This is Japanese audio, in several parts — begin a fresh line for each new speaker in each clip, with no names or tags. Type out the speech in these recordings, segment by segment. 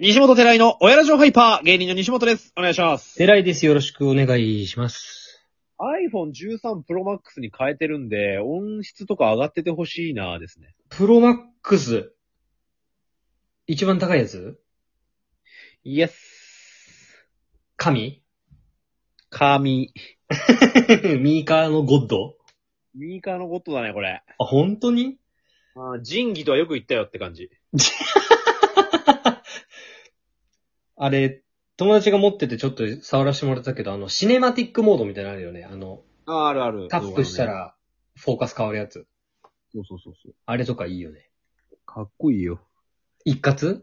西本寺井の親ラジオハイパー、芸人の西本です。お願いします。
偉いです。よろしくお願いします。
iPhone 13 Pro Max に変えてるんで、音質とか上がっててほしいなですね。
プロマックス。一番高いやつ
イエス。
神
神。
ミーカーのゴッド
ミーカーのゴッドだね、これ。
あ、本当に
あ仁義とはよく言ったよって感じ。
あれ、友達が持っててちょっと触らせてもらったけど、あの、シネマティックモードみたいなのあるよね。あの、
あ、あるある
タップした。ら、フォーカス変わるやつ。
そうそうそうそう。
あれとかいいよね。
かっこいいよ。
一 括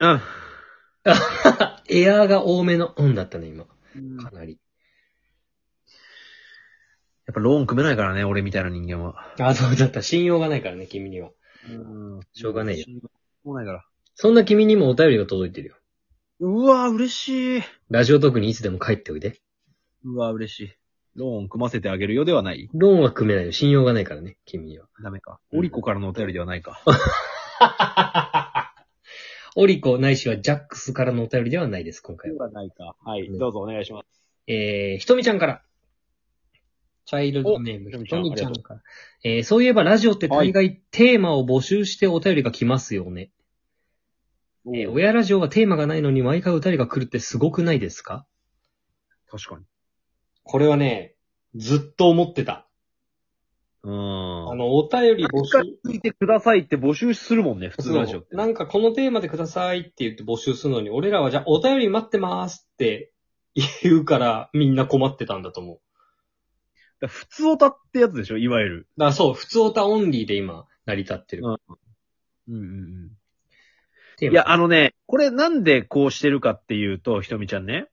うん。
エアーが多めの、うんだったね、今。
や
かなり。
っぱローン組めないからね、俺みたいな人間は。
あ、そうだった。信用がないからね、君には。
うん。
しょうがねえよ。
来ないから。
そんな君にもお便りが届いてるよ。
うわ、嬉しい。
ラジオトークにいつでも帰っておいで。
うわ、嬉しい。ローン組ませてあげるよではない
ローンは組めないよ。信用がないからね、君には。
ダメか。
うん
オリコからのお便りではないか。
オリコないしはジャックスからのお便りではないです、今回は。
はないか。はい、
うん
どうぞお願いします。
えー、ひとみちゃんから。チャイルドネーム、
おひとみ
ひ
ちゃ
と
ん
みちゃんから。えー、そういえばラジオって大概テーマを募集してお便りが来ますよね。えー、
おや
親ラジオはテーマがないのに毎回お便りが来るってすごくないですか
確かに。
これはね、ずっと思ってた。
うーん。
の、お便り
募集聞いてくださいって募集するもんね、普通ラジオって。
なんかこのテーマでくださいって言って募集するのに、俺らはじゃあお便り待ってますって言うからみんな困ってたんだと思う。
普通オタってやつでしょ、いわゆる。
だからそう、普通オタオンリーで今成り立ってる
う。んうんうん
テー
うん。
マ
いや、、あのね、これなんでこうしてるかっていうと、ひとみちゃんね。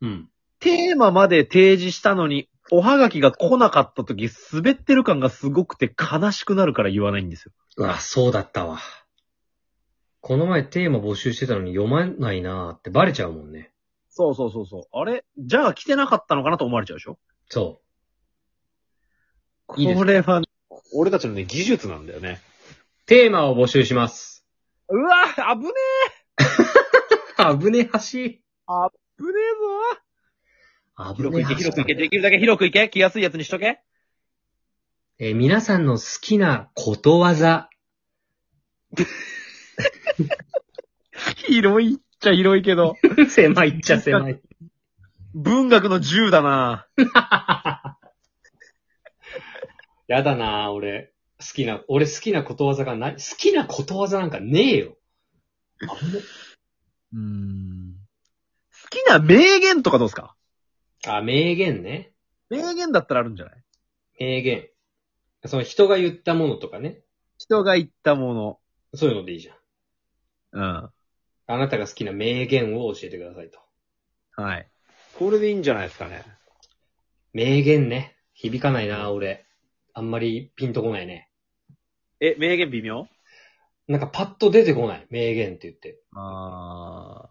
うん。
テーマまで提示したのに、おはがきが来なかった時、滑ってる感がすごくて悲しくなるから言わないんですよ。
うわ、そうだったわ。この前テーマ募集してたのに読まないなーってバレちゃうもんね。
そうそうそうそう。あれじゃあ来てなかったのかなと思われちゃうでしょ
そ
こ
いいです
れは、俺たちのね、技術なんだよね。
う。テーマを募集します。
うわ危ねえ
危ね橋。
危ね
危
広く
ね
行け、広く行け、
橋。
できるだけ広く行け、着やすいやつにしとけ。
えー皆さんの好きなこと わざ。
広いっちゃ広いけ ど、
狭いっちゃ狭い。
文学の銃だな
やだなー俺。好きな、俺好きなことわざがない。好きなことわざなんかねえよ。
うーん。好きな名言とかどうですか
あ、名言ね。
名言だったらあるんじゃない
名言。その人が言ったものとかね。
人が言ったも
そういうのでいいじゃん。
の。
あなたが好きな名言を教えてくださいと。
うん。はい。これでいいんじゃないですかね。
名言ね。響かないな、俺。あんまりピンとこないね。
え、名言微妙
なんかパッと出てこない。名言って言って。
ああ。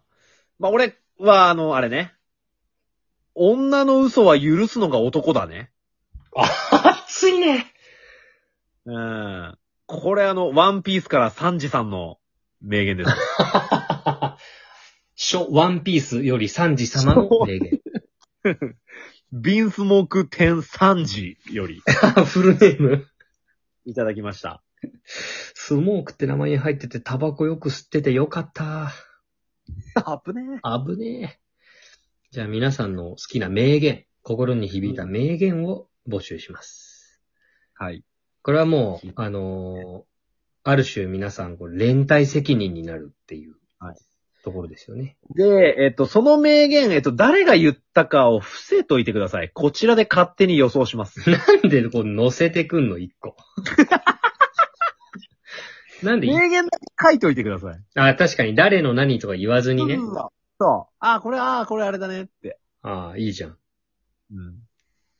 まあ、俺は、あの、あれね。女の嘘は許すのが男だね。
あ、熱いね
うん。これあの、ワンピースからサンジさんの名言です。
ショ、ワンピースよりサンジ様の名言。
ビンスモーク天サンジより
フルネーム。
いただきました。
スモークって名前に入ってて、タバコよく吸っててよかった。
あぶね
危ねえ。じゃあ皆さんの好きな名言、心に響いた名言を募集します。
はい。
これはもう
聞い、
あのーある種皆さん、こう連帯責任になるっていう
はい
ところですよね。
で、えっと、その名言、えっと、誰が言ったかを伏せといてください。こちらで勝手に予想します。
なんでこう乗せてくんの、一 個。なんでい、
名言だけ書いといてください。
あ、確かに誰の何とか言わずにね。
そう。あ、これ、あ、これあれだねって。
ああ、いいじゃん。
うん。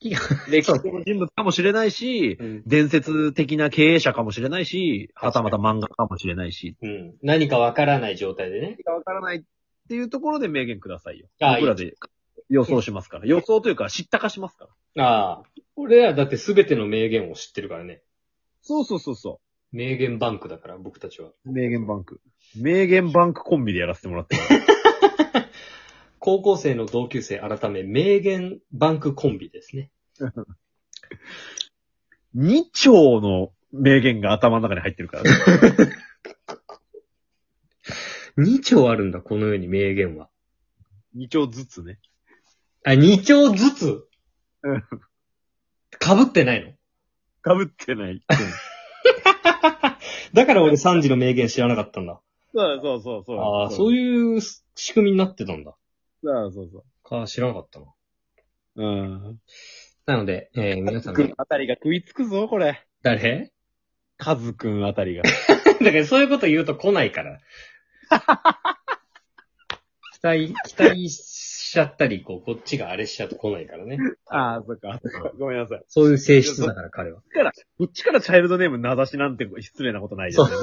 いや
歴史上の人物かもしれないし、伝説的な経営者かもしれないし、はたまた漫画家かもしれないし。
うん。何かわからない状態でね。
わからないっていうところで名言くださいよ。
ああ、い
僕ら
い。
で予想しますから。予想というか、知ったかしますから。
ああ。俺らだって全ての名言を知ってるからね。
そうそうそうそ
名言バンクだから、僕たちは。
名言バンク。名言バンクコンビでやらせてもらってる。
高校生の同級生改め、名言バンクコンビですね。
2丁の名言が頭の中に入ってるから、ね。
2丁あるんだ、この世に名言は。
2丁ずつね。
あ、2丁ずつ
うん
被ってないの
被ってない。
だから俺3時の名言知らなかったんだ。
そうそうそうそう。
ああ、そうういう仕組みになってたんだ。
そうそうそ
か、知らなかったな。
う。うん。
なので、えー、皆さん
く
ね
ん、あたりが食いつくぞ、これ。
誰
カズくんあたりが。
だからそういうこと言うと来ないから。 期待、期待しちゃったり、こう、こっちがあれしちゃうと来ないからね。
ああ、そっか。ごめんなさい。
そういう性質だから、彼は。
こっちからチャイルドネーム名指しなんて失礼なことないですよね。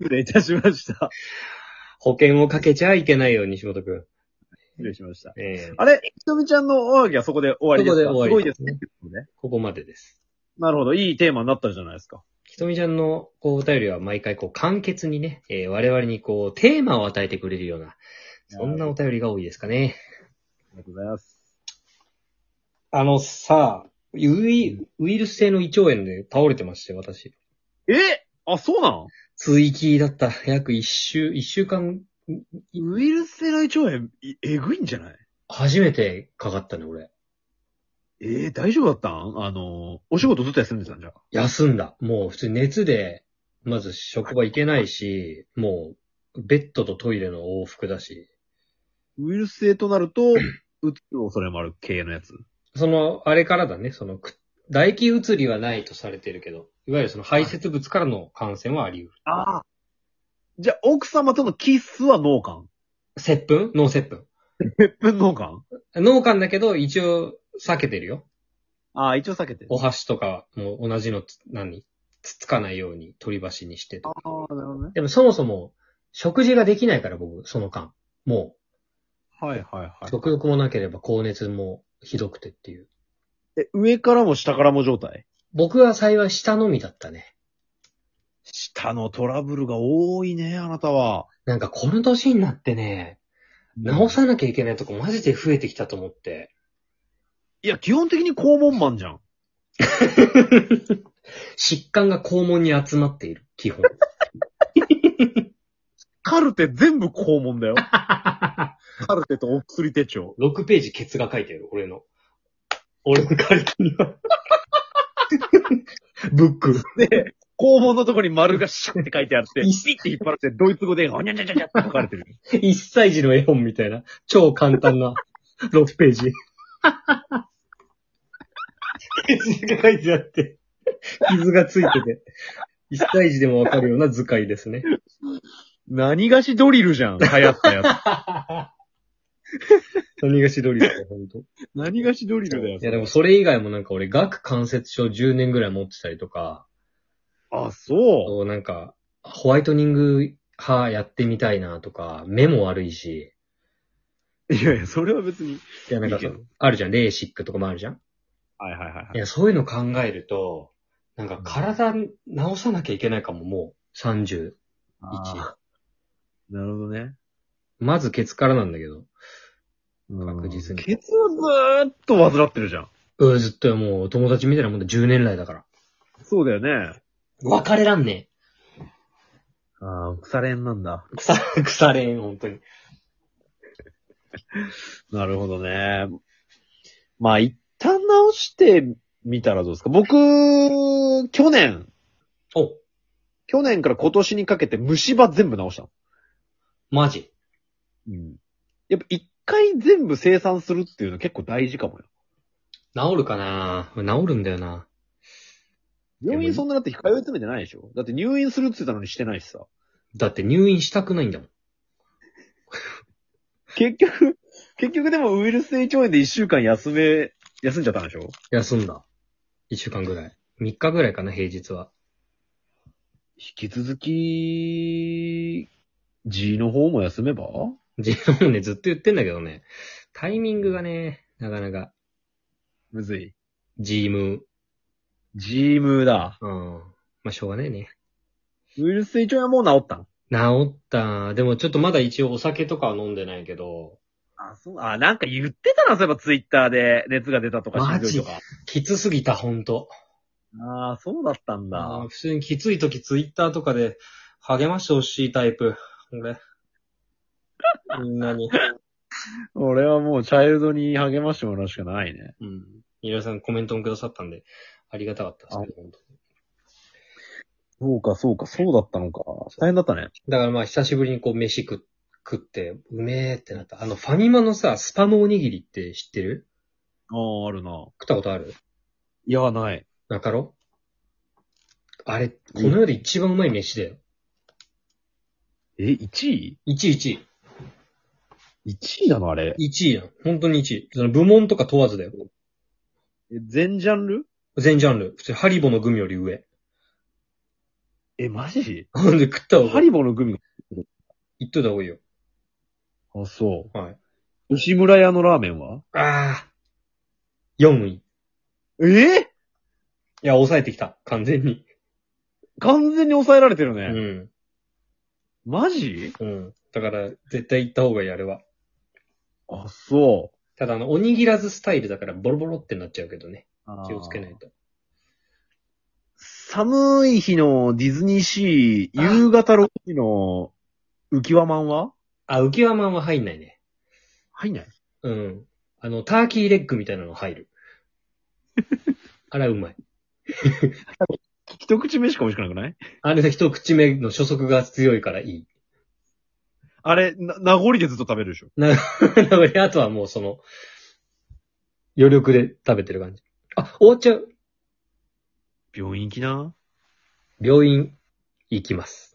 失礼いたしました。
保険をかけちゃいけないよ、西本くん。
失礼しました。
ええ
あれ、ひとみちゃんのおはぎはそこで終わりですか
ここで終わり
すごいです
う
ね
ん。ここまでです。
なるほど。いいテーマになったじゃないですか。
ひとみちゃんのこうお便りは毎回こう簡潔にね、えー我々にこうテーマを与えてくれるような、そんなお便りが多いですかね。
ありがとうございます。
あのさ、ウイウイルス性の胃腸炎で倒れてまして、私。
えあ、そうなん
追記だった。約一週、一週間、
ウイルス性大腸炎、いえぐいんじゃない
初めてかかったね、俺。
ええ大丈夫だったんあの、お仕事ずっと休んでたんじゃ。
休んだ。もう普通に熱で、まず職場行けないし、もう、ベッドとトイレの往復だし。
ウイルス性となる と、うつる恐れもある系のやつ。
その、あれからだね、その、く唾液移りはないとされてるけど、いわゆるその排泄物からの感染はあり得る。
ああ。じゃあ、奥様とのキスは脳幹
接吻脳接吻。
別分脳幹
脳幹だけど、一応、避けてるよ。
ああ、一応避けてる。
お箸とかも同じのつ、何つつかないように取り箸にしてと
あ
か。
あ、なるほどね。
でもそもそも、食事ができないから僕、その間。も、
はいはいうは
食欲もなければ高熱もひどくてっていう。
い。え、上からも下からも状態
僕は幸い下のみだったね。
下のトラブルが多いね、あなたは。
なんかこの年になってね、直さなきゃいけないとこマジで増えてきたと思って。
いや、基本的に肛門マンじゃん。
疾患が肛門に集まっている、基 本。
カルテ全部肛門 だよ。カルテとお薬手帳。
6ページケツが書いてある、俺の。俺のカルテには。 ブック。
で、肛門のとこに丸がシャンって書いてあって、
一
ピッて引っ張られて、ドイツ語で、ほにゃにゃにゃにゃって書かれてる。
一歳児の絵本みたいな、超簡単 な6ページ。ケツが書いてあって、傷がついてて、一歳児でもわかるような図解です ね。
何がしドリルじ ゃん、流行ったやつ。
何がしどりだよ、ほんと。
何がしドリルだよ。
いやでもそれ以外もなんか俺、顎関節症10年ぐらい持ってたりとか、
あ、そ
そうなんか、ホワイトニング派やってみたいなとか、目も悪いし、
う。いやいや、それは別に。
いやなんかそ
いい
の
けど
あるじゃん、レーシックとかもあるじゃん。
はいはいはい
い
はい。
や、そういうの考えると、なんか体治さなきゃいけないかも、もう、31。
あーなるほどね。
まずケツからなんだけど、確実に
ケツをずーっと患ってるじゃん。
うんずっともう友達みたいなもんだ、10年来だから。
そうだよね。
別れらんね
ああ、腐れ縁なんだ。
え。腐、腐れん、本当に。
なるほどね。まあ、一旦直してみたらどうですか僕、去年、
お、
去年から今年にかけて虫歯全部直したの。
マジ。
うん。やっぱ一回全部生産するっていうの結構大事かもよ。
治るかな治るんだよな。
病院そんなだって通い詰めてないでしょだって入院するって言ったのにしてないしさ。
だって入院したくないんだもん。
結局、 結局でもウイルス性胃腸炎で一週間休め、休んじゃったんでしょ
休んだ。一週間ぐらい。三日ぐらいかな、平日は。
引き続き、G の方も休めば
自分もね、ずっと言ってんだけどね。タイミングがね、なかなか、
むずい。
ジーム、
G ムーだ。
うん。まあ、しょうがないね。
ウイルス性胃腸炎はもう治ったの
治った。でもちょっとまだ一応お酒とかは飲んでないけど、
あ、そう、あ、なんか言ってたな、そういえばツイッターで熱が出たとか
マ
しんど
ジ
いとか。
きつすぎた、ほんと。
ああ、そうだったん
あ
だ
ー。普通にきつい時ツイッターとかで励ましてほしいタイプ。 俺。みんなに。
俺はもうチャイルドに励ましてもらうしかないね。
うん。皆さんコメントもくださったんで、ありがたかったですね、本当に
そうか、そうか、そうだったのか。大変だったね。
だからまあ久しぶりにこう飯食っ食って、うめーってなった。あのファミマのさ、スパムおにぎりって知ってる
ああ、あるな。
食ったことある
いや、ない。
なかろあれ、この世で一番うまい飯だよ。
え、1位
1位1位。
?1 位なのあれ。
1位やん。本当に1位。その部門とか問わずだよ。
え全ジャンル
全ジャンル。普通にハリボのグミより上。
え、マジ
ほんで食った方が
ハリボーのグミ。
言っといた方がいいよ。
あ、そ
はい。
う。吉村屋のラーメンは
ああ。4位。い
ええ
や、抑えてきた。完全に。
完全に抑えられてる
う
ね。
ん。
マジ
うん。だから、絶対行った方がいい、あれは。
あ、そ
ただ、あの、おにぎらずスタイルだから、ボロボロってなっちゃうけどね。
う。
気をつけないと。
寒い日のディズニーシー、夕方6時の浮輪マンは
あ、浮き輪マンは入んないね。
入んない
うん。あの、ターキーレッグみたいなの 入る。あれはうまい。
一口目しか美味しくなくない
あれが一口目の初速が強いからいい。
あれ、な、名残でずっと食べるでしょ
な、だからあとはもうその、余力で食べてる感じ。あ、終わっちゃう。
病院行きな
病院、行きます。